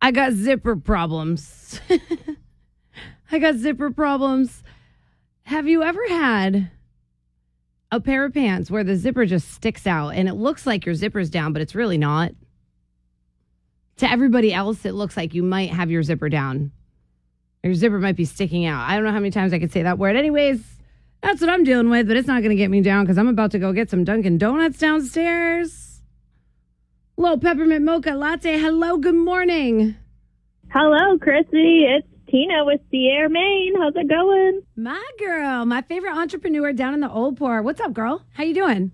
I got zipper problems. I got zipper problems. Have you ever had a pair of pants where the zipper just sticks out and it looks like your zipper's down, but it's really not? To everybody else, it looks like you might have your zipper down. Your zipper might be sticking out. I don't know how many times I could say that word. Anyways, that's what I'm dealing with, but it's not going to get me down because I'm about to go get some Dunkin' Donuts downstairs. Low peppermint mocha latte. Hello, good morning. Hello, Chrissy. It's Tina with Sierra Maine. How's it going? My girl, my favorite entrepreneur down in the old port. What's up, girl? How you doing?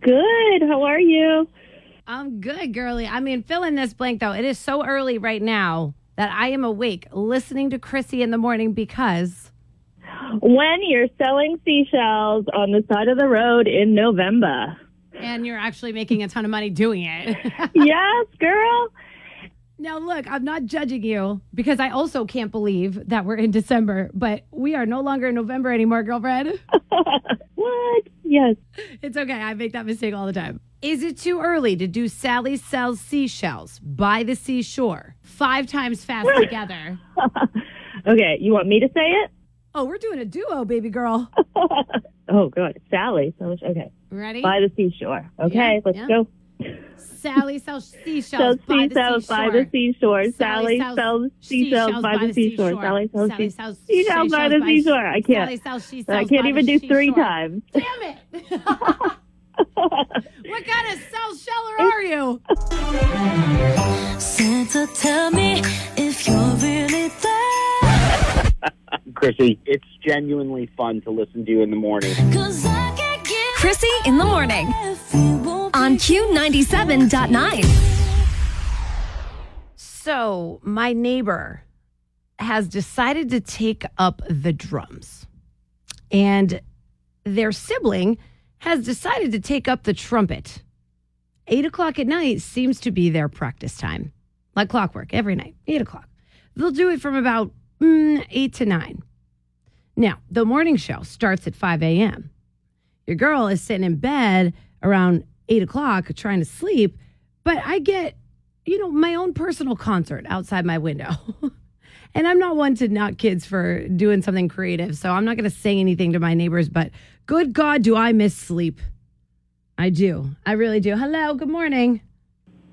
Good. How are you? I'm good, girly. I mean, fill in this blank though. It is so early right now that I am awake listening to Chrissy in the morning because When you're selling seashells on the side of the road in November. and you're actually making a ton of money doing it. yes, girl. now look, I'm not judging you because I also can't believe that we're in December, but we are no longer in November anymore, girlfriend. what? Yes. It's okay. I make that mistake all the time. Is it too early to do Sally sells seashells by the seashore five times fast together? Okay, you want me to say it? Oh, we're doing a duo, baby girl. Oh, God. Sally. So much. Okay. Ready? By the seashore. Okay, Yeah, let's yeah. go. Sally sells seashells Sells by the seashells by the seashore. seashore. Sally sells seashells by the seashore. Sally sells Sally seashells. sells Seashells by the seashore. I can't. Sally sells she sells I can't by even the do three seashore. times. Damn it! what kind of sell sheller are you? Santa, tell me if you're really there. Chrissy, it's genuinely fun to listen to you in the morning. Cause I can't give Chrissy in the morning if you won't on Q97.9. So, my neighbor has decided to take up the drums, and their sibling has decided to take up the trumpet. Eight o'clock at night seems to be their practice time, like clockwork every night, eight o'clock. They'll do it from about mm, eight to nine. Now, the morning show starts at 5 a.m. Your girl is sitting in bed around eight o'clock trying to sleep, but I get you know, my own personal concert outside my window. and I'm not one to knock kids for doing something creative. So I'm not going to say anything to my neighbors, but good God, do I miss sleep? I do. I really do. Hello, good morning.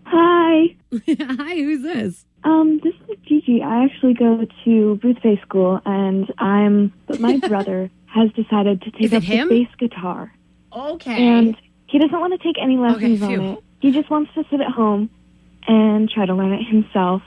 Hi. Hi, who's this? Um, this is Gigi. I actually go to Booth School, and I'm. But my brother has decided to Is take it up him? the bass guitar, Okay. and he doesn't want to take any lessons phew. on it. He just wants to sit at home and try to learn it himself.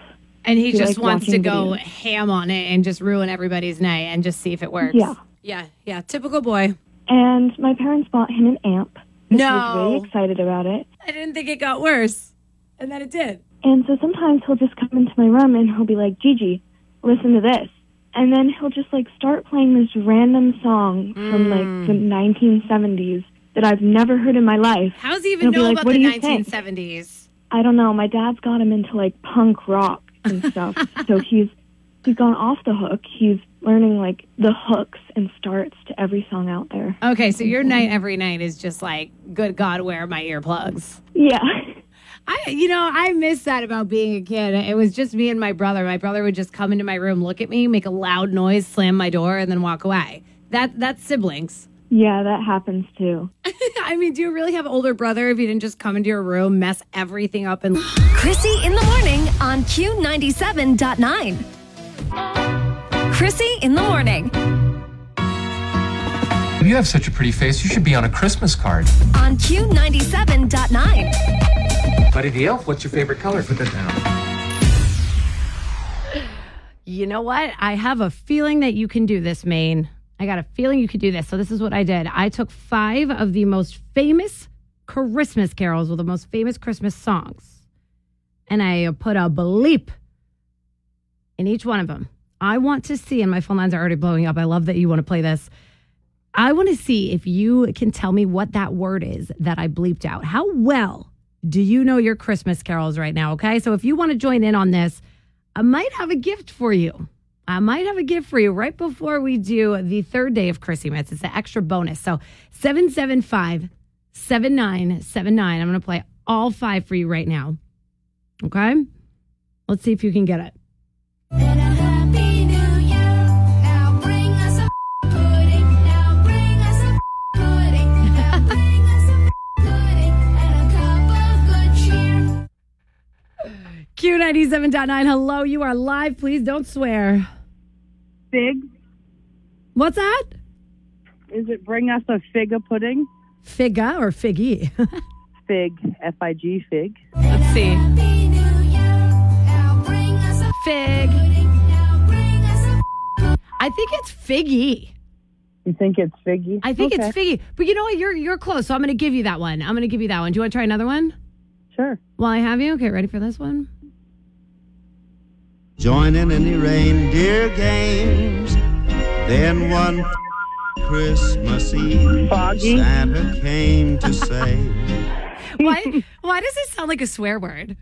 and he you just like wants to watching go videos? ham on it and just ruin everybody's night and just see if it works. Yeah. Yeah. Yeah. Typical boy. And my parents bought him an amp. He was No. really excited about it. I didn't think it got worse. And then it did. And so sometimes he'll just come into my room and he'll be like, Gigi, listen to this. And then he'll just like start playing this random song Hmm. from like the 1970s that I've never heard in my life. How's he even He'll be know like, about "What the do you think?" 1970s? I don't know. My dad's got him into like punk rock and stuff. so he's he's gone off the hook. He's learning like the hooks and starts to every song out there. Okay, so your night every night is just like, good God, where are my earplugs? Yeah. I, you know, I miss that about being a kid. It was just me and my brother. My brother would just come into my room, look at me, make a loud noise, slam my door, and then walk away. That that's siblings. Yeah, that happens too. I mean, do you really have an older brother if you didn't just come into your room, mess everything up, and Chrissy in the morning on Q97.9. Chrissy in the morning You have such a pretty face. You should be on a Christmas card. on Q97.9. Buddy the Elf, what's your favorite color? Put that down. You know what? I have a feeling that you can do this, Maine. I got a feeling you could do this. So this is what I did. I took five of the most famous Christmas carols or the most famous Christmas songs, and I put a bleep in each one of them. I want to see, and my phone lines are already blowing up. I love that you want to play this. I want to see if you can tell me what that word is that I bleeped out. How well do you know your Christmas carols right now? Okay. So if you want to join in on this, I might have a gift for you. I might have a gift for you right before we do the third day of Christmas. It's an extra bonus. So 775 7979. I'm going to play all five for you right now. Okay. Let's see if you can get it. Q97.9. Hello. You are live. Please don't swear. Fig. What's that? Is it bring us a fig a pudding? Figa or figgy? Fig. F I G fig. Let's see. Fig. I think it's figgy. You think it's figgy? I think it's Okay. figgy. But you know what? You're you're close. So I'm going to give you that one. I'm going to give you that one. Do you want to try another one? Sure. While I have you, okay. Ready for this one? Join in any reindeer games. Then one Christmas Eve, Foggy. Santa came to say, Why? why does it sound like a swear word?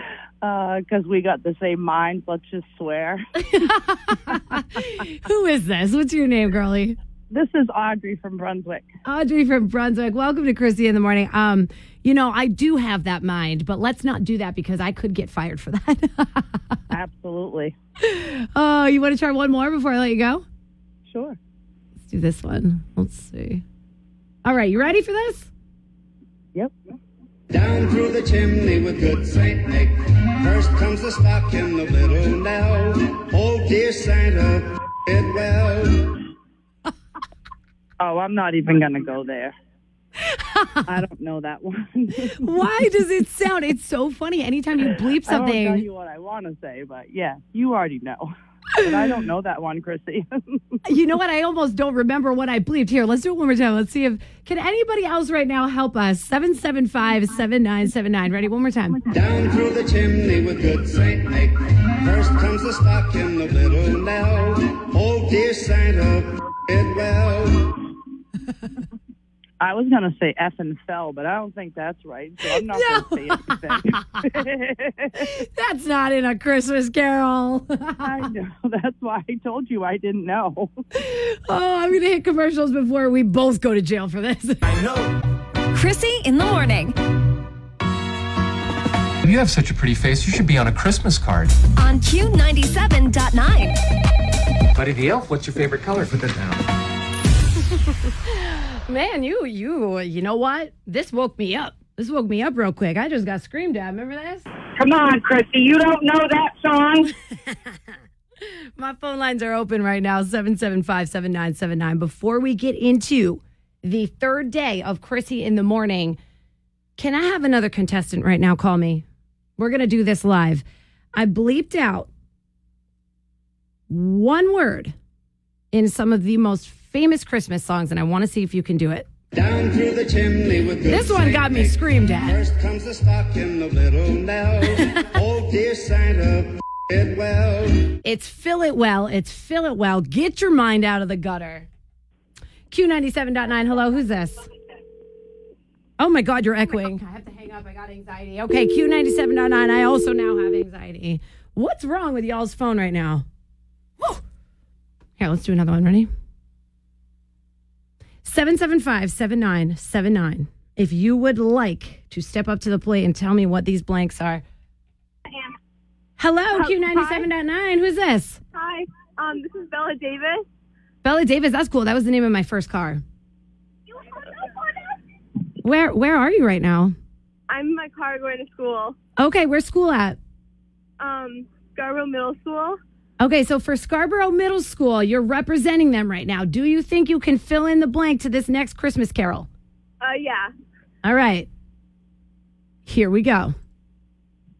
Because Uh, we got the same mind. Let's just swear. Who is this? What's your name, girlie? this is Audrey from Brunswick. Audrey from Brunswick. Welcome to Chrissy in the morning. Um, you know, I do have that mind, but let's not do that because I could get fired for that. Absolutely. oh, you want to try one more before I let you go? Sure. Let's do this one. Let's see. All right, you ready for this? Yep. Down through the chimney with good Saint Nick. First comes the stocking of little Nell. Oh, dear Santa, did well. Oh, I'm not even going to go there. I don't know that one. Why does it sound? It's so funny. Anytime you bleep I won't tell something, you what I want to say, but yeah, you already know. But I don't know that one, Chrissy. you know what? I almost don't remember what I bleeped. Here, let's do it one more time. Let's see if can anybody else right now help us. Seven seven five seven nine seven nine. Ready? One more time. Down through the chimney with good Saint Nick. First comes the stocking of little Nell. Oh, dear Santa, did well. I was going to say F and fell, but I don't think that's right, so I'm not going to say anything. That's not in a Christmas carol. I know. That's why I told you I didn't know. Oh, I'm going to hit commercials before we both go to jail for this. I know. Chrissy in the morning You have such a pretty face, you should be on a Christmas card. on Q97.9. Buddy the Elf, what's your favorite color? Put that down. Man, you, you, you know what? This woke me up. This woke me up real quick. I just got screamed at. Remember this? Come on, Christy, you don't know that song. My phone lines are open right now 775 7979. Before we get into the third day of Chrissy in the morning, can I have another contestant right now call me? We're going to do this live. I bleeped out one word in some of the most famous Christmas songs, and I want to see if you can do it. Down through the chimney with good This one Saint got me Nick. screamed at. First comes the stocking of little Nell. oh, dear Santa, did well. It's fill it well. It's fill it well. Get your mind out of the gutter. Q97.9. Hello, who's this? Oh my God, you're echoing. I have to hang up. I got anxiety. Okay, Q97.9. oh I also now have anxiety. What's wrong with y'all's phone right now? Whew. Here, let's do another one. Ready? 775 7979. If you would like to step up to the plate and tell me what these blanks are. Hello, Oh, Q97.9. Who's this? Hi, um, this is Bella Davis. Bella Davis, that's cool. That was the name of my first car. Where where are you right now? I'm in my car going to school, Okay, where's school at? um, Scarborough Middle School. Okay, so for Scarborough Middle School, you're representing them right now. Do you think you can fill in the blank to this next Christmas carol? Uh, yeah. All right. Here we go.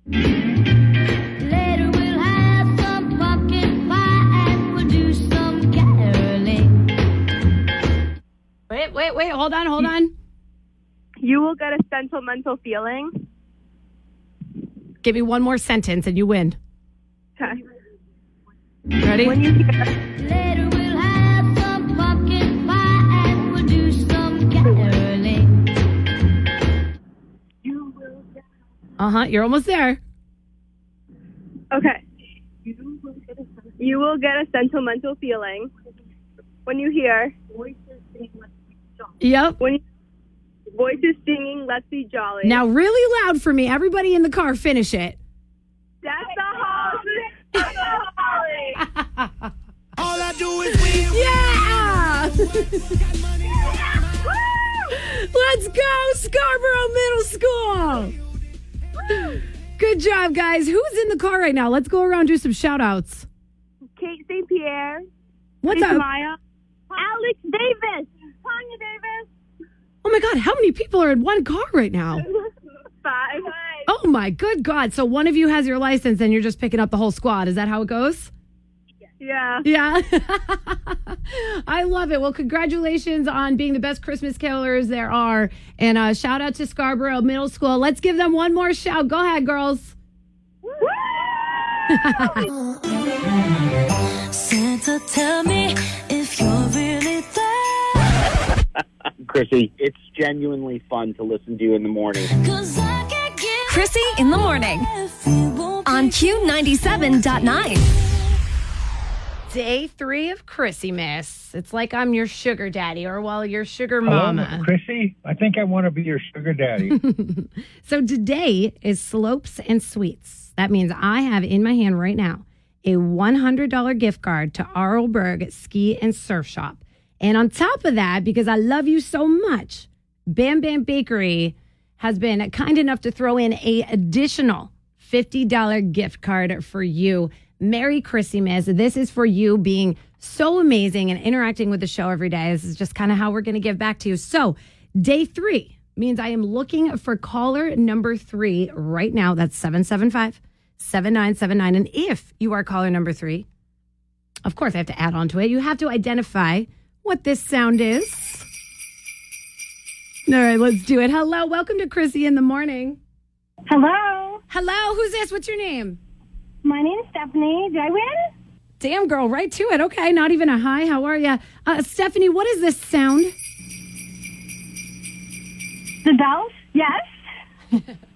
Later we'll have some pumpkin hold on, hold on. You will get a sentimental feeling. Give me one more sentence and you win. Okay. Ready? When you hear Later we'll have some pumpkin pie and we'll do some caroling. Uh huh. You're almost there. Okay. You will get a sentimental feeling when you hear Yep. When you, voices singing "Let's Be Jolly." Now, really loud for me. Everybody in the car, finish it. that's the holiday. That's the holiday. All I do is win. Yeah! Let's go, Scarborough Middle Oh. School. Good job, guys. Who's in the car right now? Let's go around do some shout outs. Kate St. Pierre. What's Miss up? Maya. Alex Davis. Tanya Davis. Oh my God, how many people are in one car right now? Five. Oh my good God. So one of you has your license and you're just picking up the whole squad. Is that how it goes? Yeah. Yeah. I love it. Well, congratulations on being the best Christmas killers there are. And uh, shout out to Scarborough Middle School. Let's give them one more shout. Go ahead, girls. Santa, tell me if you're really there. Chrissy, it's genuinely fun to listen to you in the morning. Chrissy in the morning on Q97.9. Day three of Christmas. It's like I'm your sugar daddy or, well, your sugar Hello, mama. Chrissy, I think I want to be your sugar daddy. So today is slopes and sweets. That means I have in my hand right now a $100 gift card to Arlberg Ski and Surf Shop. And on top of that, because I love you so much, Bam Bam Bakery has been kind enough to throw in a additional $50 gift card for you. Merry Christmas. This is for you being so amazing and interacting with the show every day. This is just kind of how we're going to give back to you. So, day three means I am looking for caller number three right now. That's 775 7979. And if you are caller number three, of course, I have to add on to it. You have to identify what this sound is. All right, let's do it. Hello, welcome to Chrissy in the morning. Hello. Hello, who's this? What's your name? My name's Stephanie. Did I win? Damn, girl, right to it. Okay, not even a hi. How are you? Uh, Stephanie, what is this sound? The bells? Yes.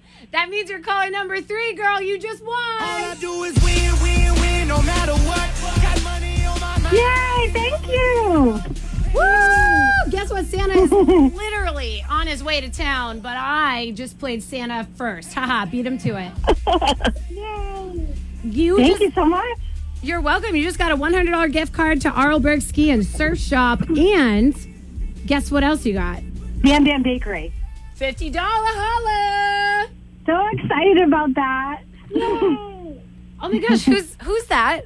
that means you're caller number three, girl. You just won. All I do is win, win, win, no matter what. Got money on my mind. Yay, thank you. Woo! Guess what? Santa is literally on his way to town, but I just played Santa first. Haha, beat him to it. You Thank just, you so much. You're welcome. You just got a $100 gift card to Arlberg Ski and Surf Shop. And guess what else you got? Bam Bam Bakery. $50 holla! So excited about that. Oh my gosh, who's who's that?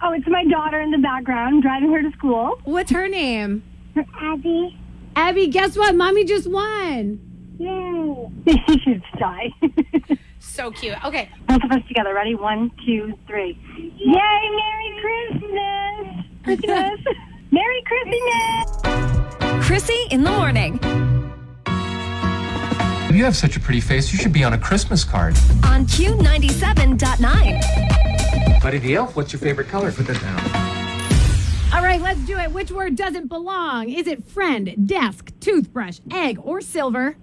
Oh, it's my daughter in the background driving her to school. What's her name? Abby. Abby, guess what? Mommy just won. Yay. she should die. So cute. Okay. Both of us together. Ready? One, two, three. Yay, Merry Christmas. Christmas. Merry Christmas. Chrissy in the morning You have such a pretty face. You should be on a Christmas card. on Q97.9. Buddy the Elf, what's your favorite color? Put that down. All right, let's do it. Which word doesn't belong? Is it friend, desk, toothbrush, egg, or silver?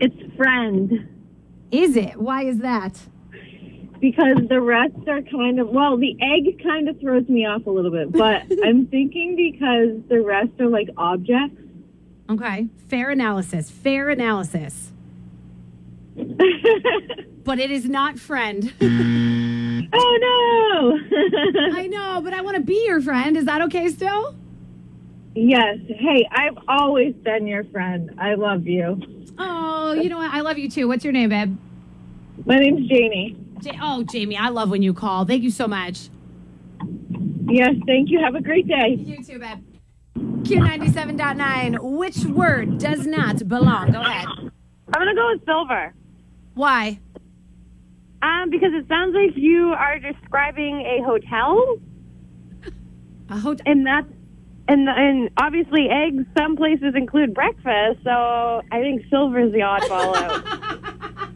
It's friend Is it? Why is that? because the rest are kind of well, the egg kind of throws me off a little bit, but I'm thinking because the rest are like objects. Okay. Fair analysis. Fair analysis. but it is not friend. Oh no! I know, but I want to be your friend. Is that okay still? yes. Hey, I've always been your friend. I love you. Oh, you know what? I love you too. What's your name, babe? My name's Janie. Ja- oh, Jamie, I love when you call. Thank you so much. Yes, thank you. Have a great day. You too, babe. Q97.9, which word does not belong? Go ahead. I'm gonna go with silver. Why? Um, because it sounds like you are describing a hotel, A hotel. and that's and and obviously eggs. Some places include breakfast, so I think silver's the oddball out.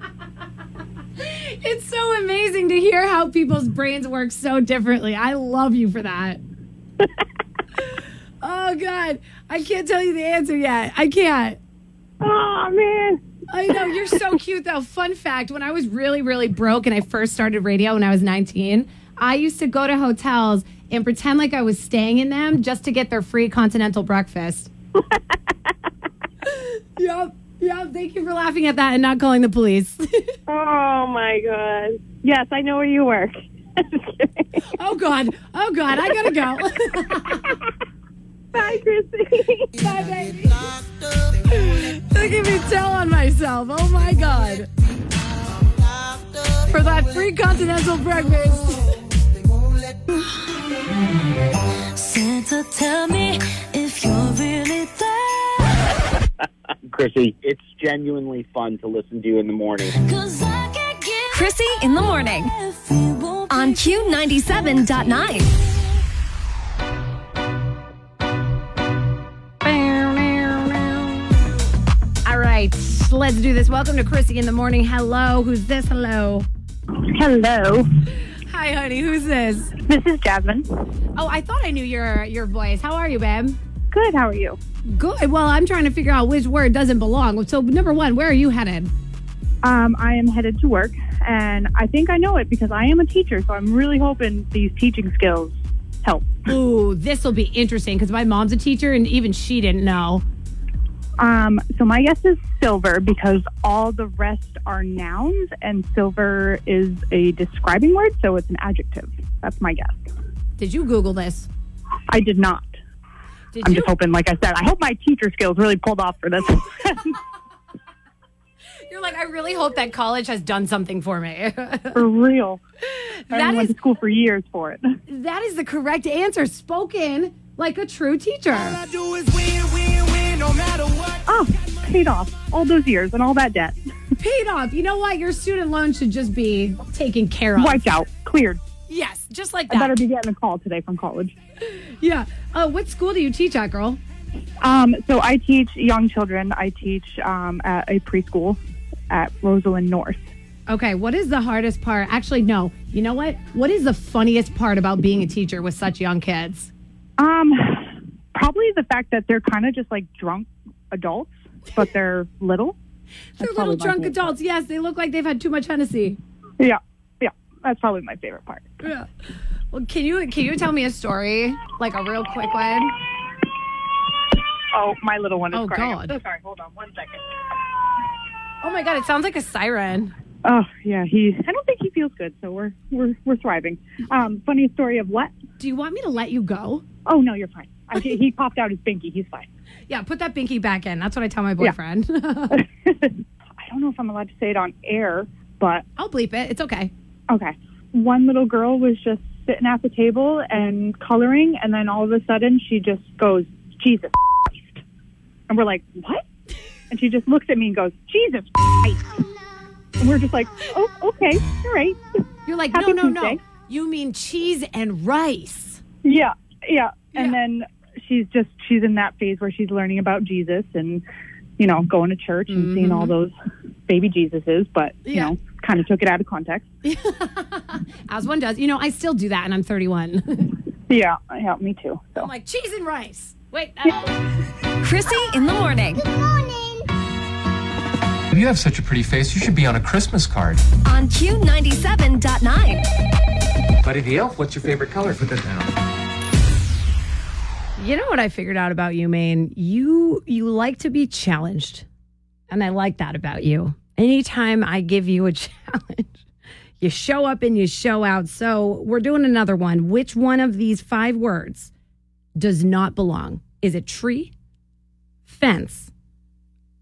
It's so amazing to hear how people's brains work so differently. I love you for that. oh God, I can't tell you the answer yet. I can't. Oh man. I know you're so cute though. Fun fact: When I was really, really broke and I first started radio when I was 19, I used to go to hotels and pretend like I was staying in them just to get their free continental breakfast. yep, yep. Thank you for laughing at that and not calling the police. oh my god! Yes, I know where you work. oh god! Oh god! I gotta go. Bye, Chrissy. Bye, baby. Look at me tell on myself. Oh my god! For that free continental breakfast. Santa, tell me if you're really Chrissy, it's genuinely fun to listen to in the morning. Chrissy in the morning on Q97.9. All right, let's do this. Welcome to Chrissy in the morning. Hello, who's this? Hello. Hello. Hi, honey. Who's this? This is Jasmine. Oh, I thought I knew your your voice. How are you, babe? Good. How are you? Good. Well, I'm trying to figure out which word doesn't belong. So, number one, where are you headed? Um, I am headed to work, and I think I know it because I am a teacher. So I'm really hoping these teaching skills help. Ooh, this will be interesting because my mom's a teacher, and even she didn't know. Um, so my guess is silver because all the rest are nouns, and silver is a describing word, so it's an adjective. That's my guess. Did you Google this? I did not. Did I'm you? just hoping, like I said, I hope my teacher skills really pulled off for this. You're like, I really hope that college has done something for me. for real. I That went is- to school for years for it. that is the correct answer. Spoken like a true teacher. Oh, paid off all those years and all that debt. Paid off. You know what? Your student loan should just be taken care of. Wiped out, cleared. Yes, just like I that. better be getting a call today from college. Yeah. Uh, what school do you teach at, girl? Um, so I teach young children. I teach um, at a preschool at Rosalind North. Okay, what is the hardest part? Actually, no. You know what? What is the funniest part about being a teacher with such young kids? Um, probably the fact that they're kind of just like drunk adults, but they're little. They're probably little my drunk favorite adults. Yes, they look like they've had too much Hennessy. Yeah, yeah, that's probably my favorite part. Yeah. Well, can you can you tell me a story, like a real quick one? Oh, my little one is Oh, crying. I'm God. so sorry. Hold on one second. Oh my God, it sounds like a siren. Oh yeah, he. I don't think he feels good, so we're we're we're thriving. Um, funny story of what? Do you want me to let you go? Oh no, you're fine. I, he popped out his binky. He's fine. Yeah, put that binky back in. That's what I tell my Yeah. boyfriend. I don't know if I'm allowed to say it on air, but I'll bleep it. It's okay. Okay. One little girl was just sitting at the table and coloring, and then all of a sudden she just goes, Jesus Christ. And we're like, what? And she just looks at me and goes, Jesus Christ. And we're just like, oh, okay, all right. You're like, Happy no, no, no. Tuesday. You mean cheese and rice? Yeah, yeah. And then she's just, she's in that phase where she's learning about Jesus and, you know, going to church and seeing all those baby Jesuses, but, you Yeah. know, kind of took it out of context. As one does. You know, I still do that, and I'm 31. Yeah, yeah, me too. So. I'm like cheese and rice. Wait. uh, Chrissy in the morning You have such a pretty face. You should be on a Christmas card. on Q97.9. Buddy the Elf, what's your favorite color? Put that down. You know what I figured out about you, Maine? You you like to be challenged. And I like that about you. Anytime I give you a challenge, you show up and you show out. So we're doing another one. Which one of these five words does not belong? Is it tree, fence,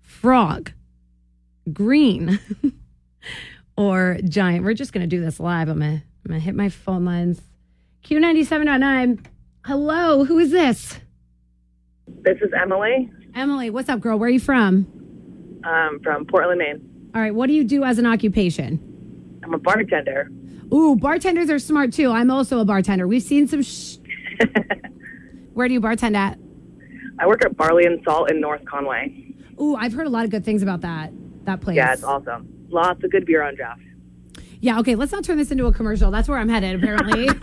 frog, green, or giant? We're just gonna do this live. I'm gonna I'm gonna hit my phone lines. oh Q97.9. Hello, who is this? This is Emily Emily, what's up, girl? Where are you from? um, from Portland, Maine. All right, what do you do as an occupation? I'm a bartender. Ooh, bartenders are smart too. I'm also a bartender. We've seen some. Sh- Where do you bartend at? I work at Barley and Salt in North Conway. Ooh, I've heard a lot of good things about that that place. Yeah, it's awesome. Lots of good beer on draft. Yeah, okay, let's not turn this into a commercial. That's where I'm headed, apparently.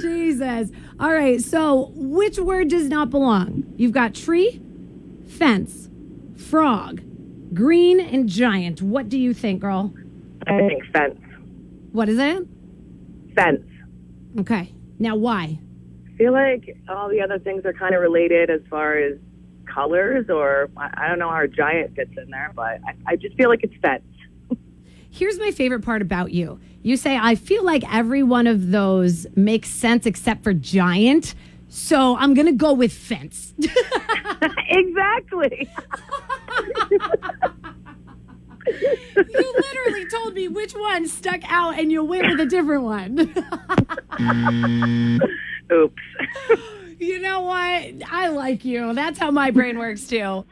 Jesus. All right, so which word does not belong? You've got tree, fence, frog, green, and giant. What do you think, girl? I think fence. What is it? Fence. Okay, now why? I feel like all the other things are kind of related as far as colors, or I I don't know how giant fits in there, but I, I just feel like it's fence. Here's my favorite part about you. You say, I feel like every one of those makes sense except for giant. So I'm going to go with fence. exactly. you literally told me which one stuck out and you went with a different one. Oops. you know what? I like you. That's how my brain works too.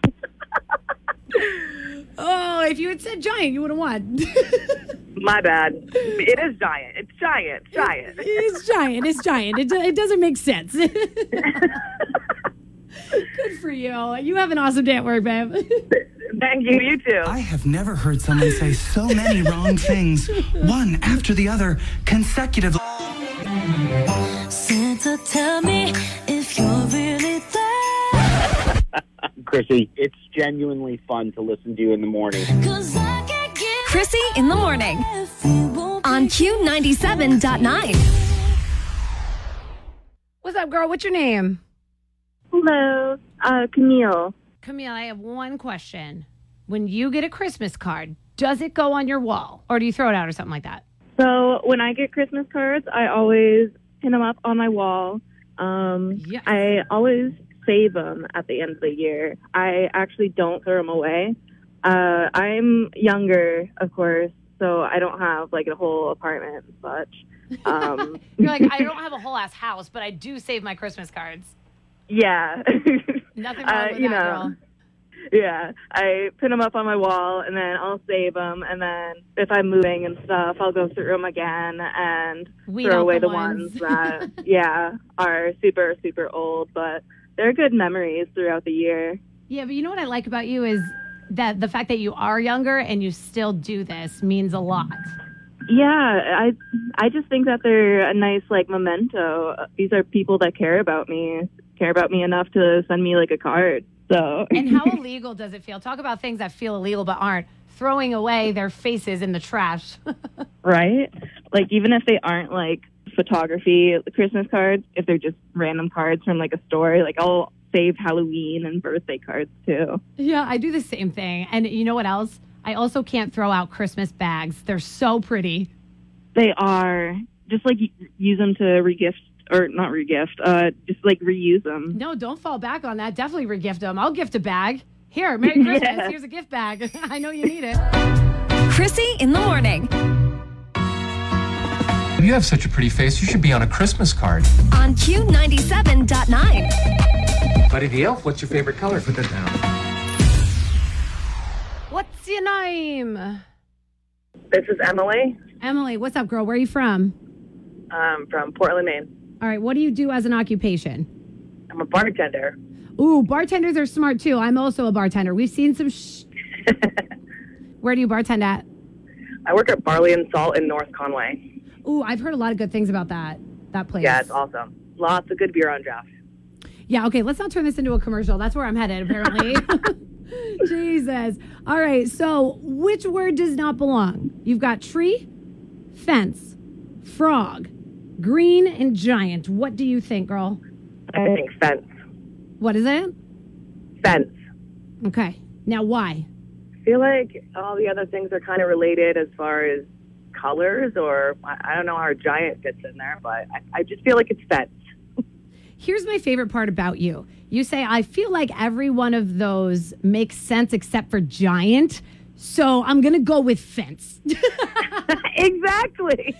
oh, if you had said giant, you would have won. My bad. It is giant. It's giant. Giant. it's giant. It's giant. It, do- it doesn't make sense. Good for you. You have an awesome day at work, babe. Thank you. You too. I have never heard someone say so many wrong things, one after the other, consecutively. Santa, tell me if you're really there. Chrissy, it's genuinely fun to listen to in the morning. Chrissy in the morning on Q97.9. What's up, girl? What's your name? Hello, uh, Camille. Camille, I have one question. When you get a Christmas card, does it go on your wall or do you throw it out or something like that? So when I get Christmas cards, I always pin them up on my wall. Um, I always save them at the end of the year. I actually don't throw them away. Uh, I'm younger, of course, so I don't have like a whole apartment and such. Um, You're like, I don't have a whole ass house, but I do save my Christmas cards. yeah. Nothing wrong Uh, with you that, know. girl. Yeah, I pin them up on my wall and then I'll save them. And then if I'm moving and stuff, I'll go through them again and Weed out throw away the the, ones. ones. that, yeah, are super, super old. But they're good memories throughout the year. Yeah, but you know what I like about you is that the fact that you are younger and you still do this means a lot. Yeah, I, I just think that they're a nice, like, memento. These are people that care about me, care about me enough to send me, like, a card. So, And how illegal does it feel? Talk about things that feel illegal but aren't. Throwing away their faces in the trash. right? Like even if they aren't like photography Christmas cards, if they're just random cards from like a store, like I'll save Halloween and birthday cards too. yeah, I do the same thing. And you know what else? I also can't throw out Christmas bags. They're so pretty. They are just like y- use them to regift or not regift, uh, just like reuse them. No, don't fall back on that. Definitely regift them. I'll gift a bag. Here, Merry Christmas. Yeah. Here's a gift bag. I know you need it. Chrissy in the morning You have such a pretty face, you should be on a Christmas card. on Q97.9. Buddy the Elf, what's your favorite color? Put that down. What's your name? This is Emily. Emily, what's up, girl? Where are you from? I'm from Portland, Maine. All right, what do you do as an occupation? I'm a bartender. Ooh, bartenders are smart too. I'm also a bartender. We've seen some. Sh- Where do you bartend at? I work at Barley and Salt in North Conway. Ooh, I've heard a lot of good things about that that place. Yeah, it's awesome. Lots of good beer on draft. Yeah, okay, let's not turn this into a commercial. That's where I'm headed, apparently. Jesus. All right, so which word does not belong? You've got tree, fence, frog, green, and giant. What do you think, girl? I think fence. What is it? Fence. Okay, now why? I feel like all the other things are kind of related as far as colors, or I I don't know how giant fits in there, but I, I just feel like it's fence. Here's my favorite part about you. You say, I feel like every one of those makes sense except for giant. So I'm going to go with fence. exactly.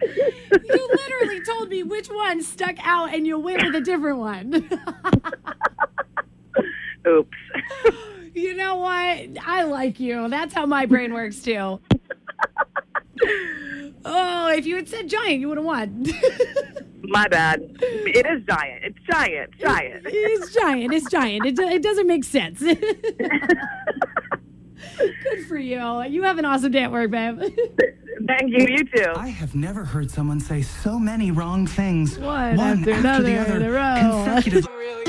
you literally told me which one stuck out and you went with a different one. Oops. you know what? I like you. That's how my brain works too. oh, if you had said giant, you would have won. My bad. It is giant. It's giant. Giant. It's giant. It's giant. It, it doesn't make sense. Good for you. You have an awesome day at work, babe. Thank you. You too. I have never heard someone say so many wrong things. One after, after the another other. in a row. consecutively.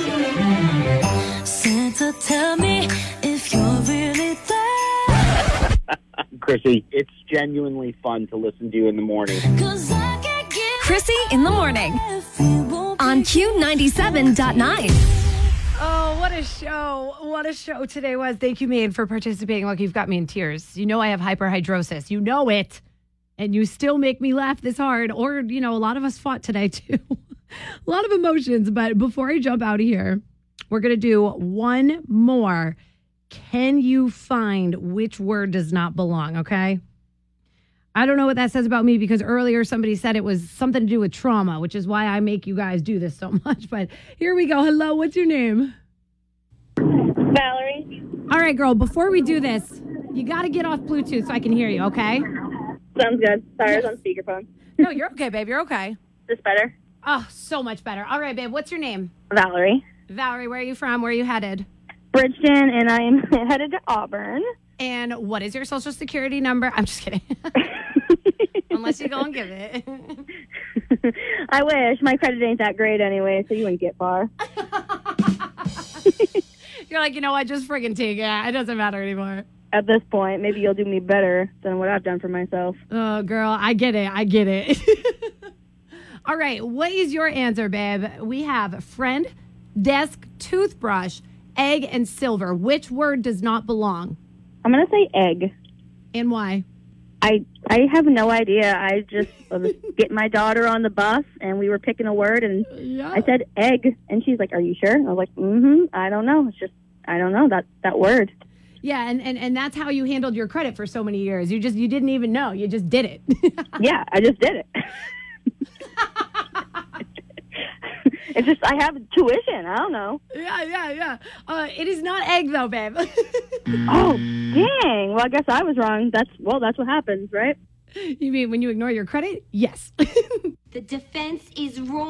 Santa, tell me if you're really there. Chrissy, it's genuinely fun to listen to in the morning. Chrissy in the morning on Q97.9. Oh, what a show. What a show today was. Thank you, Maine, for participating. Look, you've got me in tears. You know I have hyperhidrosis. You know it. And you still make me laugh this hard. Or, you know, a lot of us fought today, too. a lot of emotions. But before I jump out of here, we're going to do one more. Can you find which word does not belong? Okay. I don't know what that says about me because earlier somebody said it was something to do with trauma, which is why I make you guys do this so much. But here we go. Hello, what's your name? Valerie. All right, girl, before we do this, you got to get off Bluetooth so I can hear you, okay? Sounds good. Sorry, I was on speakerphone. No, you're okay, babe. You're okay. This better? Oh, so much better. All right, babe, what's your name? Valerie. Valerie, where are you from? Where are you headed? Bridgeton, and I am headed to Auburn. And what is your social security number? I'm just kidding. Unless you go and give it. I wish. My credit ain't that great anyway, so you wouldn't get far. You're like, you know what? Just friggin' take it. It doesn't matter anymore. At this point, maybe you'll do me better than what I've done for myself. Oh, girl, I get it. I get it. All right, what is your answer, babe? We have friend, desk, toothbrush, egg, and silver. Which word does not belong? I'm gonna say egg. And why? I I have no idea. I just was getting my daughter on the bus, and we were picking a word, and Yeah. I said egg, and she's like, "Are you sure?" I was like, "Mm-hmm. I don't know. It's just I don't know that that word." Yeah, and, and, and that's how you handled your credit for so many years. You just you didn't even know. You just did it. yeah, I just did it. it's just I have tuition. I don't know. yeah, yeah, yeah. Uh, it is not egg though, babe. Oh, dang. Well, I guess I was wrong. That's well, that's what happens, right? you mean when you ignore your credit? Yes. The defense is wrong.